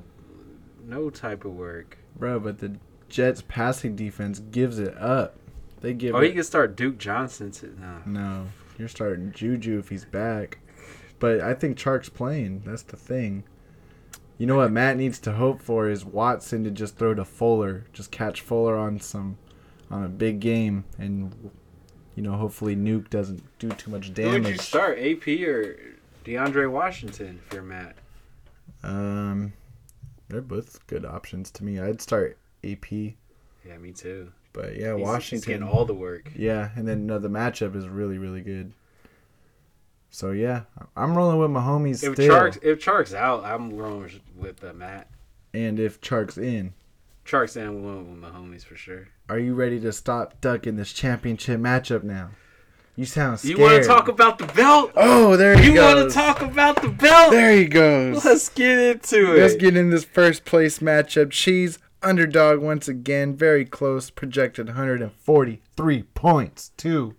Speaker 1: no type of work.
Speaker 2: bro, but the Jets passing defense gives it up. They give
Speaker 1: Oh,
Speaker 2: it
Speaker 1: he can start Duke Johnson. To, nah.
Speaker 2: No, you're starting Juju if he's back. But I think Chark's playing. That's the thing. You know what Matt needs to hope for is Watson to just throw to Fuller, just catch Fuller on some, on a big game, and you know hopefully Nuke doesn't do too much
Speaker 1: Who would you
Speaker 2: damage.
Speaker 1: start, AP or DeAndre Washington? If you're Matt,
Speaker 2: Um, they're both good options to me. I'd start AP,
Speaker 1: yeah, me too.
Speaker 2: but yeah,
Speaker 1: He's- he's
Speaker 2: Washington.
Speaker 1: getting all the work.
Speaker 2: yeah, and then no, the matchup is really really good. So yeah, I'm rolling with my homies
Speaker 1: If
Speaker 2: still,
Speaker 1: Chark's if Chark's out, I'm rolling with uh, Matt.
Speaker 2: and if Chark's in.
Speaker 1: Chark's in one with my homies for sure.
Speaker 2: Are you ready to stop ducking this championship matchup now? You sound scared.
Speaker 1: You want to talk about the belt?
Speaker 2: Oh, there he
Speaker 1: you want
Speaker 2: goes.
Speaker 1: to talk about the belt?
Speaker 2: There he goes.
Speaker 1: Let's get into it.
Speaker 2: Let's get in this first place matchup. Cheese underdog once again, very close, projected 143 points to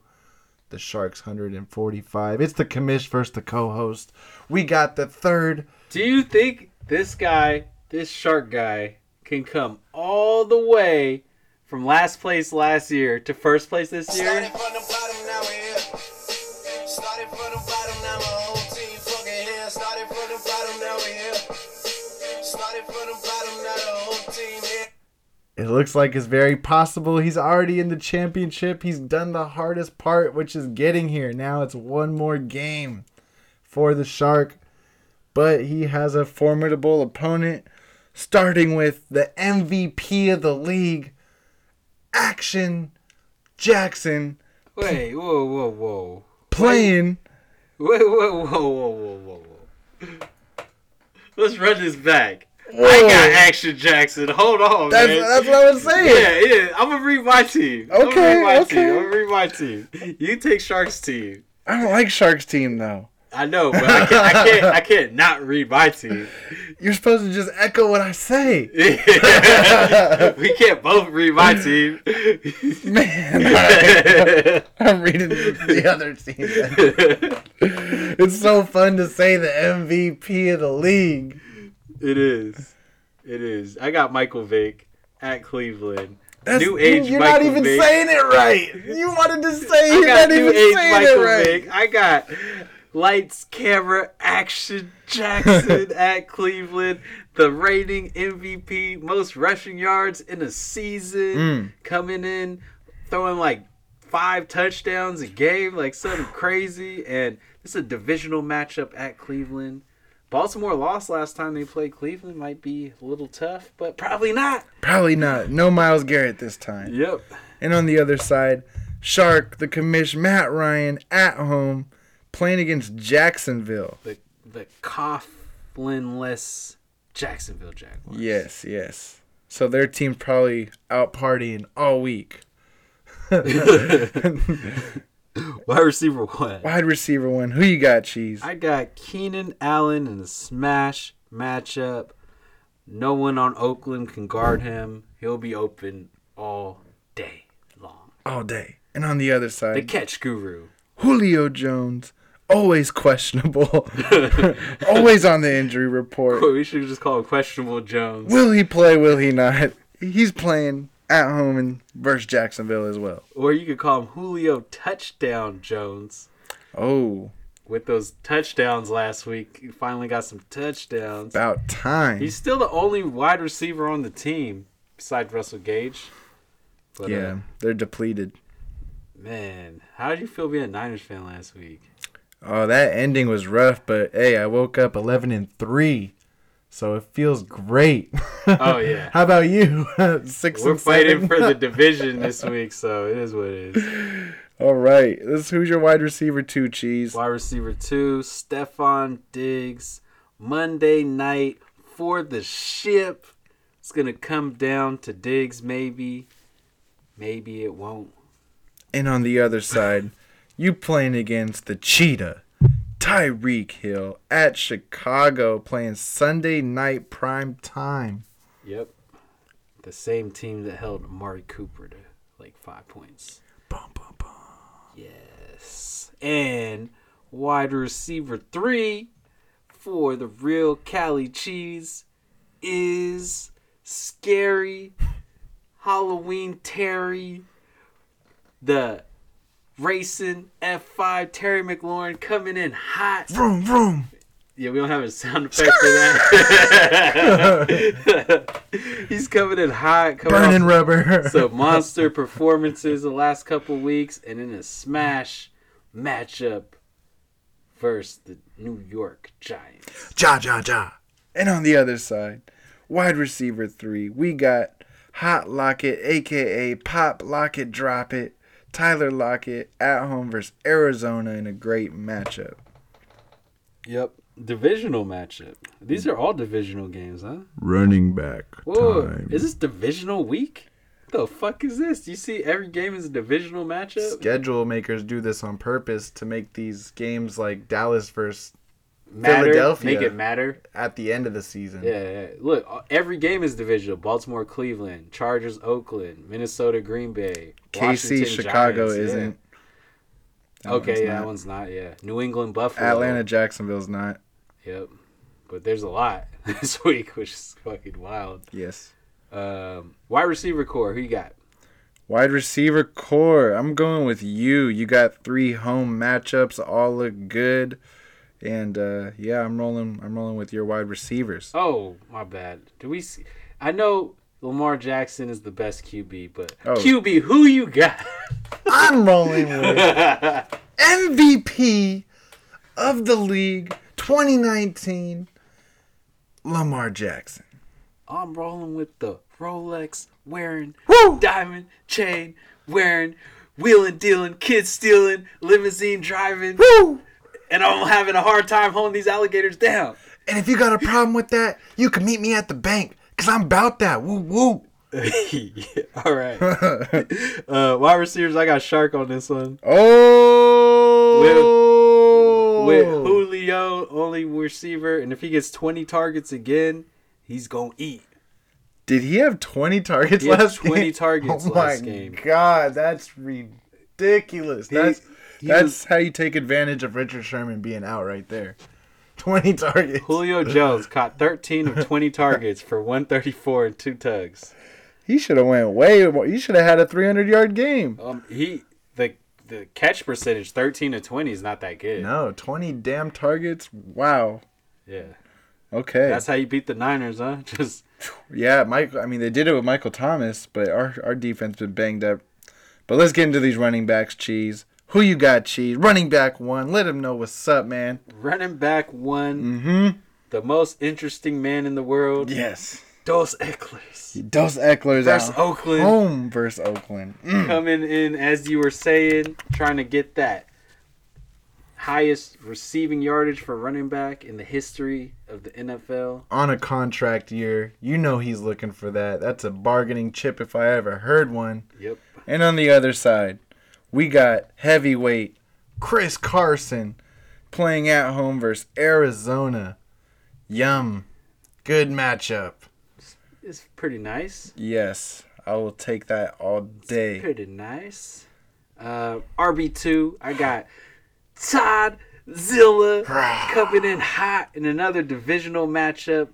Speaker 2: the Sharks 145. It's the commish versus the co-host. We got the third.
Speaker 1: Do you think this guy, this shark guy, can come all the way from last place last year to first place this year?
Speaker 3: Started from the bottom, now we're here. Started from the bottom, now my whole team fucking here. Started from the bottom, now we're here. Started from the bottom, now the whole team here.
Speaker 2: It looks like it's very possible. He's already in the championship. He's done the hardest part, which is getting here. Now it's one more game for the Shark. But he has a formidable opponent, starting with the MVP of the league, Action Jackson,
Speaker 1: Wait, whoa, whoa, whoa.
Speaker 2: playing.
Speaker 1: Wait, whoa, whoa, whoa, whoa, whoa, whoa. Let's run this back. I
Speaker 2: Whoa.
Speaker 1: got Action Jackson. Hold on,
Speaker 2: Oh. That's,
Speaker 1: man.
Speaker 2: that's what I was saying.
Speaker 1: yeah, yeah. I'm gonna read my team. I'm gonna
Speaker 2: Okay,
Speaker 1: read my team.
Speaker 2: okay.
Speaker 1: I'm gonna read my team. You take Sharks team.
Speaker 2: I don't like Sharks team, though.
Speaker 1: I know, but I can't. I can't, I can't not read my team.
Speaker 2: You're supposed to just echo what I say.
Speaker 1: we can't both read my team.
Speaker 2: Man, all right. I'm reading the other team.
Speaker 1: it
Speaker 2: It's so fun to say the MVP of the league.
Speaker 1: is. It is. I got Michael Vick at Cleveland.
Speaker 2: That's-
Speaker 1: new age
Speaker 2: You're
Speaker 1: Michael
Speaker 2: not even
Speaker 1: Vick.
Speaker 2: saying it right. You wanted to say
Speaker 1: I
Speaker 2: you're
Speaker 1: got
Speaker 2: not
Speaker 1: new
Speaker 2: even
Speaker 1: age
Speaker 2: saying
Speaker 1: Michael
Speaker 2: it right.
Speaker 1: Vick. I got lights, camera, action Jackson at Cleveland. The reigning MVP, most rushing yards in a season,
Speaker 2: Mm.
Speaker 1: coming in, throwing like five touchdowns a game, like something crazy. And this is a divisional matchup at Cleveland. Baltimore lost last time they played Cleveland. Might be a little tough, but probably not.
Speaker 2: Probably not. No Miles Garrett this time.
Speaker 1: Yep.
Speaker 2: And on the other side, Shark, the commish, Matt Ryan at home playing against Jacksonville.
Speaker 1: The the Coughlinless Jacksonville Jaguars.
Speaker 2: Yes, yes. So their team probably out partying all week.
Speaker 1: Wide receiver one.
Speaker 2: Wide receiver one. Who you got, Cheese?
Speaker 1: I got Keenan Allen in a smash matchup. No one on Oakland can guard him. He'll be open all day long.
Speaker 2: All day. And on the other
Speaker 1: The
Speaker 2: side,
Speaker 1: catch guru.
Speaker 2: Julio Jones always questionable, always on the injury report.
Speaker 1: we should just call him questionable Jones.
Speaker 2: Will he play? Will he not? He's playing at home and versus Jacksonville as well.
Speaker 1: Or you could call him Julio Touchdown Jones.
Speaker 2: Oh,
Speaker 1: With those touchdowns last week, he finally got some touchdowns.
Speaker 2: about time.
Speaker 1: He's still the only wide receiver on the team besides Russell Gage. But, uh,
Speaker 2: yeah, they're depleted.
Speaker 1: man, how did you feel being a Niners fan last week?
Speaker 2: Oh, that ending was rough, but hey, I woke up 11 and 3. So it feels great.
Speaker 1: Oh, yeah.
Speaker 2: How about you? 6
Speaker 1: We're
Speaker 2: and 7.
Speaker 1: fighting for the division this week, so it is what it is.
Speaker 2: All right. This who's your wide receiver 2 cheese.
Speaker 1: Wide receiver two, Stefan Diggs. Monday night for the ship. It's gonna come down to Diggs, maybe. Maybe it won't.
Speaker 2: And on the other side, you playing against the cheetah, Tyreek Hill at Chicago playing Sunday night prime time.
Speaker 1: Yep. The same team that held Amari Cooper to like five points.
Speaker 2: Bum, bum, bum.
Speaker 1: Yes. And wide receiver three for the real Cali Cheese is scary Halloween Terry, the racing F5 Terry McLaurin coming in hot.
Speaker 2: Vroom, vroom.
Speaker 1: Yeah, we don't have a sound effect for that. He's coming in hot, coming off
Speaker 2: Burning rubber.
Speaker 1: so monster performances the last couple weeks, and in a smash matchup versus the New York Giants.
Speaker 2: Ja, ja, ja. And on the other side, wide receiver three, we got Hot Lockett, aka Pop Lockett Drop It, Tyler Lockett at home versus Arizona in a great matchup.
Speaker 1: Yep, divisional matchup. These are all divisional games, huh?
Speaker 2: Running back
Speaker 1: Whoa, is this divisional week? The fuck is this? You see, every game is a divisional matchup.
Speaker 2: Schedule makers do this on purpose to make these games like Dallas versus
Speaker 1: Matter,
Speaker 2: Philadelphia.
Speaker 1: make it matter.
Speaker 2: at the end of the season.
Speaker 1: Yeah, yeah. Look, uh, every game is divisional. Baltimore, Cleveland, Chargers, Oakland, Minnesota, Green Bay,
Speaker 2: KC
Speaker 1: Washington,
Speaker 2: Chicago
Speaker 1: Giants. Yeah.
Speaker 2: isn't. That one's
Speaker 1: Okay, yeah,
Speaker 2: not.
Speaker 1: that one's not. Yeah, New England, Buffalo,
Speaker 2: Atlanta Jacksonville's not.
Speaker 1: Yep, but there's a lot this week, which is fucking wild.
Speaker 2: Yes.
Speaker 1: Um, wide receiver core, who you got?
Speaker 2: Wide receiver core. I'm going with you. You got three home matchups, all look good, and uh, yeah, I'm rolling. I'm rolling with your wide receivers.
Speaker 1: Oh, my bad. Do we? See? I know Lamar Jackson is the best QB, but
Speaker 2: Oh.
Speaker 1: QB, who you got?
Speaker 2: I'm rolling with MVP of the league 2019, Lamar Jackson.
Speaker 1: I'm rolling with the Rolex wearing,
Speaker 2: Woo!
Speaker 1: diamond chain wearing, wheeling dealing, kid stealing, limousine driving,
Speaker 2: Woo!
Speaker 1: and I'm having a hard time holding these alligators down.
Speaker 2: And if you got a problem with that, you can meet me at the bank, cause I'm about that. Woo woo.
Speaker 1: All right. uh, wide receivers, I got Shark on this one.
Speaker 2: Oh.
Speaker 1: With Julio, only receiver, and if he gets 20 targets again, he's going to eat.
Speaker 2: Did he have 20 targets
Speaker 1: He had
Speaker 2: last
Speaker 1: 20
Speaker 2: game?
Speaker 1: targets
Speaker 2: oh
Speaker 1: last
Speaker 2: my
Speaker 1: game.
Speaker 2: God, that's ridiculous. that's
Speaker 1: he
Speaker 2: that's
Speaker 1: was-
Speaker 2: how you take advantage of Richard Sherman being out right there. 20 targets.
Speaker 1: Julio Jones caught 13 of 20 targets for 134 and two tugs.
Speaker 2: He should have went way more. He should have had a 300 yard game.
Speaker 1: Um, he the the catch percentage 13 to 20 is not that good.
Speaker 2: No, 20 damn targets. Wow.
Speaker 1: Yeah.
Speaker 2: Okay.
Speaker 1: That's how you beat the Niners, huh? Just
Speaker 2: yeah, Michael. I mean, they did it with Michael Thomas, but our our defense been banged up. But let's get into these running backs, cheese. Who you got, cheese? Running back one. Let him know what's up, man.
Speaker 1: running back one,
Speaker 2: Mm-hmm.
Speaker 1: the most interesting man in the world,
Speaker 2: Yes.
Speaker 1: Dos Eckler.
Speaker 2: Dos Eckler's
Speaker 1: Versus
Speaker 2: out.
Speaker 1: Oakland.
Speaker 2: Home versus Oakland. Mm.
Speaker 1: coming in as you were saying, trying to get that highest receiving yardage for running back in the history of the NFL.
Speaker 2: On a contract year, you know he's looking for that. That's a bargaining chip if I ever heard one.
Speaker 1: Yep.
Speaker 2: And on the other side, we got heavyweight Chris Carson playing at home versus Arizona. Yum. Good matchup.
Speaker 1: It's pretty nice.
Speaker 2: Yes, I will take that all day.
Speaker 1: Pretty nice. Uh, RB2, I got Todd Zilla coming in hot in another divisional matchup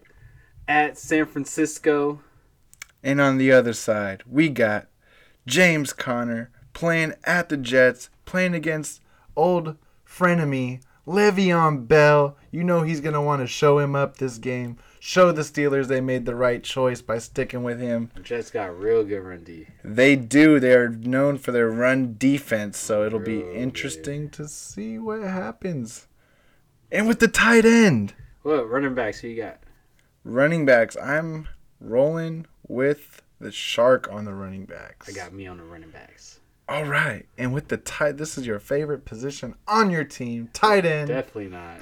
Speaker 1: at San Francisco.
Speaker 2: And on the other side, we got James Conner playing at the Jets, playing against old frenemy Le'Veon Bell. You know he's going to want to show him up this game, show the Steelers they made the right choice by sticking with him.
Speaker 1: The Jets got real good run D.
Speaker 2: They do. They are known for their run defense, so it'll be
Speaker 1: Bro,
Speaker 2: interesting to see what happens. And with the tight end,
Speaker 1: What running backs who you got?
Speaker 2: running backs, I'm rolling with the shark on the running backs.
Speaker 1: I got me on the running backs.
Speaker 2: All right. And with the tight, this is your favorite position on your team, tight end.
Speaker 1: Definitely not.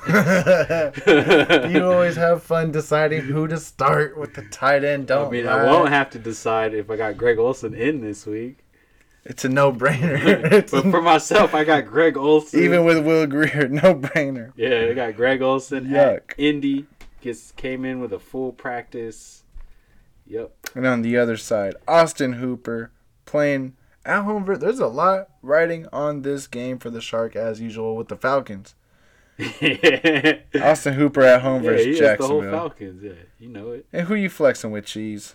Speaker 2: you always have fun deciding who to start with the tight end. Don't
Speaker 1: I mean,
Speaker 2: lie.
Speaker 1: I won't have to decide if I got Greg Olson in this week.
Speaker 2: It's a no-brainer.
Speaker 1: but
Speaker 2: It's a-
Speaker 1: for myself, I got Greg Olson.
Speaker 2: even with Will Greer, no-brainer.
Speaker 1: yeah, I got Greg Olson
Speaker 2: Yuck.
Speaker 1: at Indy. Gets came in with a full practice. Yep.
Speaker 2: And on the other side, Austin Hooper playing at home. ver- There's a lot riding on this game for the Shark, as usual, with the Falcons.
Speaker 1: yeah,
Speaker 2: Austin Hooper at home
Speaker 1: he
Speaker 2: versus
Speaker 1: is the whole
Speaker 2: Jacksonville.
Speaker 1: Falcons. Yeah, you know it.
Speaker 2: and who you flexing with, Cheese?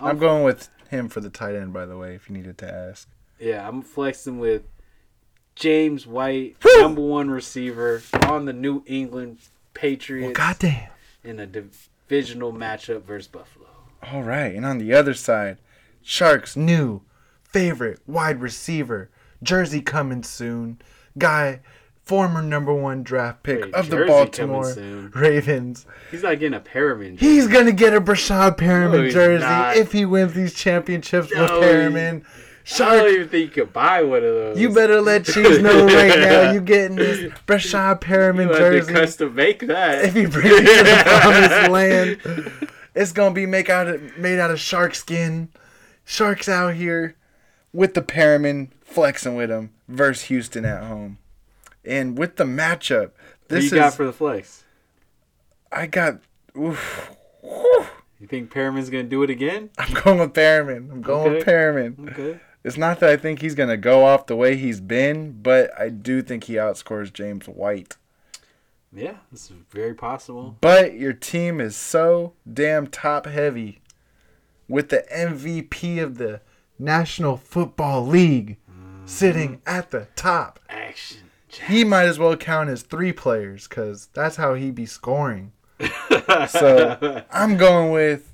Speaker 2: I'm,
Speaker 1: I'm-
Speaker 2: going with him for the tight end, by the way, if you needed to ask.
Speaker 1: Yeah, I'm flexing with James White,
Speaker 2: Whew.
Speaker 1: number one receiver on the New England
Speaker 2: Well,
Speaker 1: Patriots
Speaker 2: goddamn.
Speaker 1: in a divisional matchup versus Buffalo.
Speaker 2: All right. And on the other side, Sharks' new favorite wide receiver, jersey coming soon, guy, former number one draft pick
Speaker 1: Wait,
Speaker 2: of the
Speaker 1: jersey coming
Speaker 2: Baltimore
Speaker 1: soon?
Speaker 2: Ravens.
Speaker 1: He's not getting a pyramid.
Speaker 2: He's gonna get a Brashad
Speaker 1: No,
Speaker 2: Perriman
Speaker 1: he's
Speaker 2: jersey
Speaker 1: not.
Speaker 2: if he wins these championships with
Speaker 1: No,
Speaker 2: Perriman.
Speaker 1: I don't
Speaker 2: Shark,
Speaker 1: even think you could buy one of those.
Speaker 2: you better let Cheese know right now you getting this Brashad
Speaker 1: You
Speaker 2: Perriman
Speaker 1: have to
Speaker 2: jersey
Speaker 1: custom make that.
Speaker 2: if he brings it to the promised land. It's gonna be make out of, made out of shark skin. Sharks out here with the Perriman flexing with him versus Houston at home, and with the matchup.
Speaker 1: Who
Speaker 2: This
Speaker 1: you
Speaker 2: is
Speaker 1: got for the flex?
Speaker 2: I got. Oof, Whew.
Speaker 1: You think Perriman's gonna do it again?
Speaker 2: I'm going with Perriman. I'm going with
Speaker 1: Okay.
Speaker 2: Perriman.
Speaker 1: Okay.
Speaker 2: It's not that I think he's going to go off the way he's been, but I do think he outscores James White.
Speaker 1: Yeah, this is very possible.
Speaker 2: But your team is so damn top heavy with the MVP of the National Football League sitting at the top.
Speaker 1: Action.
Speaker 2: He might as well count as three players because that's how he be scoring. so I'm going with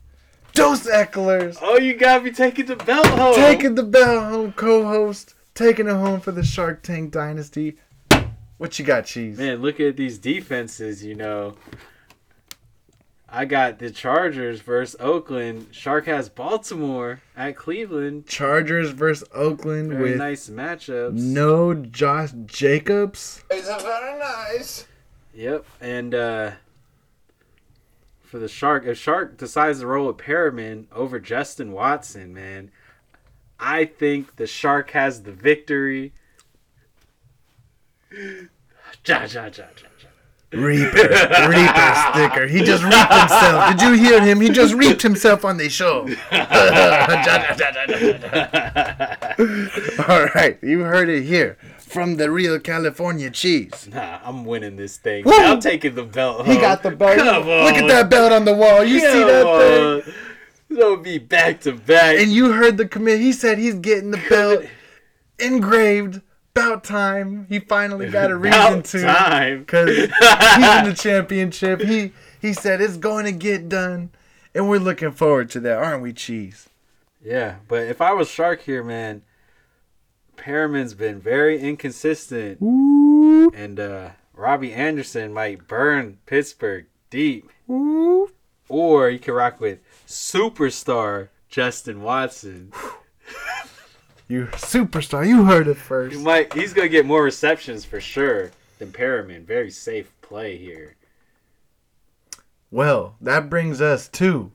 Speaker 2: Dos Ecklers
Speaker 1: Oh, you got me taking the belt home.
Speaker 2: taking the bell home co-host taking it home for the shark tank dynasty what you got cheese
Speaker 1: Man, look at these defenses, you know. I got the Chargers versus Oakland. Shark has Baltimore at Cleveland.
Speaker 2: chargers versus oakland
Speaker 1: Very
Speaker 2: with
Speaker 1: nice matchups.
Speaker 2: no josh jacobs
Speaker 3: It's very nice.
Speaker 1: Yep. And uh for the Shark, if Shark decides to roll with Perriman over Justin Watson, man, I think the Shark has the victory. Ja, ja, ja, ja, ja.
Speaker 2: reaper reaper sticker he just reaped himself did you hear him he just reaped himself on the show all right you heard it here from the real california cheese
Speaker 1: Nah, I'm winning this thing.
Speaker 2: Woo!
Speaker 1: I'm taking the belt.
Speaker 2: he
Speaker 1: home.
Speaker 2: got the belt
Speaker 1: Oh, Come on.
Speaker 2: look at that belt on the wall you see that thing
Speaker 1: Come on. It'll be back to back.
Speaker 2: And you heard the commit. He said he's getting the belt engraved. About time. He finally got a reason
Speaker 1: About
Speaker 2: to.
Speaker 1: time.
Speaker 2: Because he's in the championship. He he said it's going to get done. And we're looking forward to that, aren't we, Cheese?
Speaker 1: Yeah, but if I was Shark here, man, Perriman's been very inconsistent.
Speaker 2: Ooh,
Speaker 1: And uh, Robbie Anderson might burn Pittsburgh deep.
Speaker 2: ooh.
Speaker 1: Or you could rock with superstar Justin Watson.
Speaker 2: You superstar. You heard it
Speaker 1: He
Speaker 2: first.
Speaker 1: might he's gonna get more receptions for sure than Perriman. Very safe play here.
Speaker 2: Well, that brings us to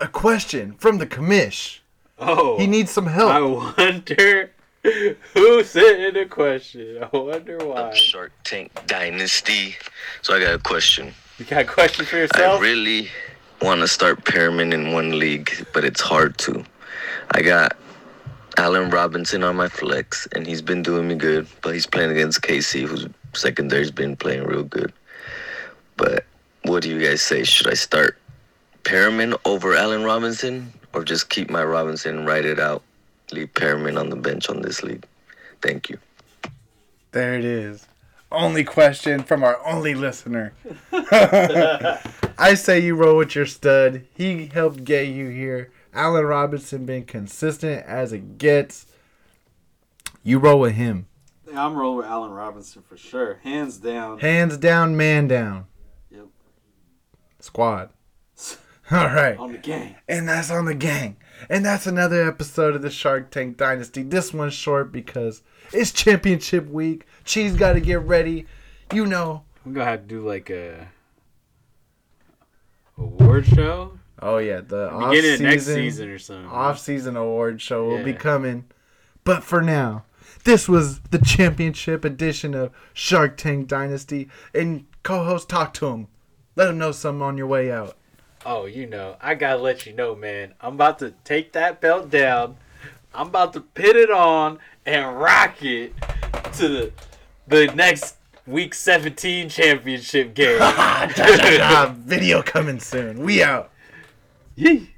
Speaker 2: a question from the commish.
Speaker 1: Oh
Speaker 2: He needs some
Speaker 1: I
Speaker 2: help.
Speaker 1: wonder who sent in the question. I wonder why.
Speaker 5: Shark Tank Dynasty. So I got a question.
Speaker 1: You got a question for
Speaker 5: I
Speaker 1: yourself?
Speaker 5: really want to start Perriman in one league, but it's hard to. I got Allen Robinson on my flex, and he's been doing me good, but he's playing against KC, who's secondary's been playing real good. But what do you guys say? Should I start Perriman over Allen Robinson or just keep my Robinson, write it out, leave Perriman on the bench on this league? Thank you.
Speaker 2: There it is. Only question from our only listener. I say you roll with your stud. He helped get you here. Allen Robinson been consistent as it gets. You roll with him.
Speaker 1: Yeah, I'm rolling with Allen Robinson for sure, hands down.
Speaker 2: Hands down, man down.
Speaker 1: Yep.
Speaker 2: Squad. All right.
Speaker 1: On the game.
Speaker 2: And that's on the gang. And that's another episode of the Shark Tank Dynasty. This one's short because it's championship week. Cheese got to get ready. You know.
Speaker 1: I'm gonna have to do like a award show.
Speaker 2: Oh yeah, the off
Speaker 1: Beginning of
Speaker 2: season,
Speaker 1: next season or something.
Speaker 2: off season award show will be
Speaker 1: Yeah.
Speaker 2: coming. But for now, this was the championship edition of Shark Tank Dynasty. And co-host, talk to him. Let him know something on your way out.
Speaker 1: Oh, you know, I gotta let you know, man. I'm about to take that belt down. I'm about to pin it on and rock it to the the next week 17 championship game.
Speaker 2: Ah, video coming soon. We out.
Speaker 1: Yee.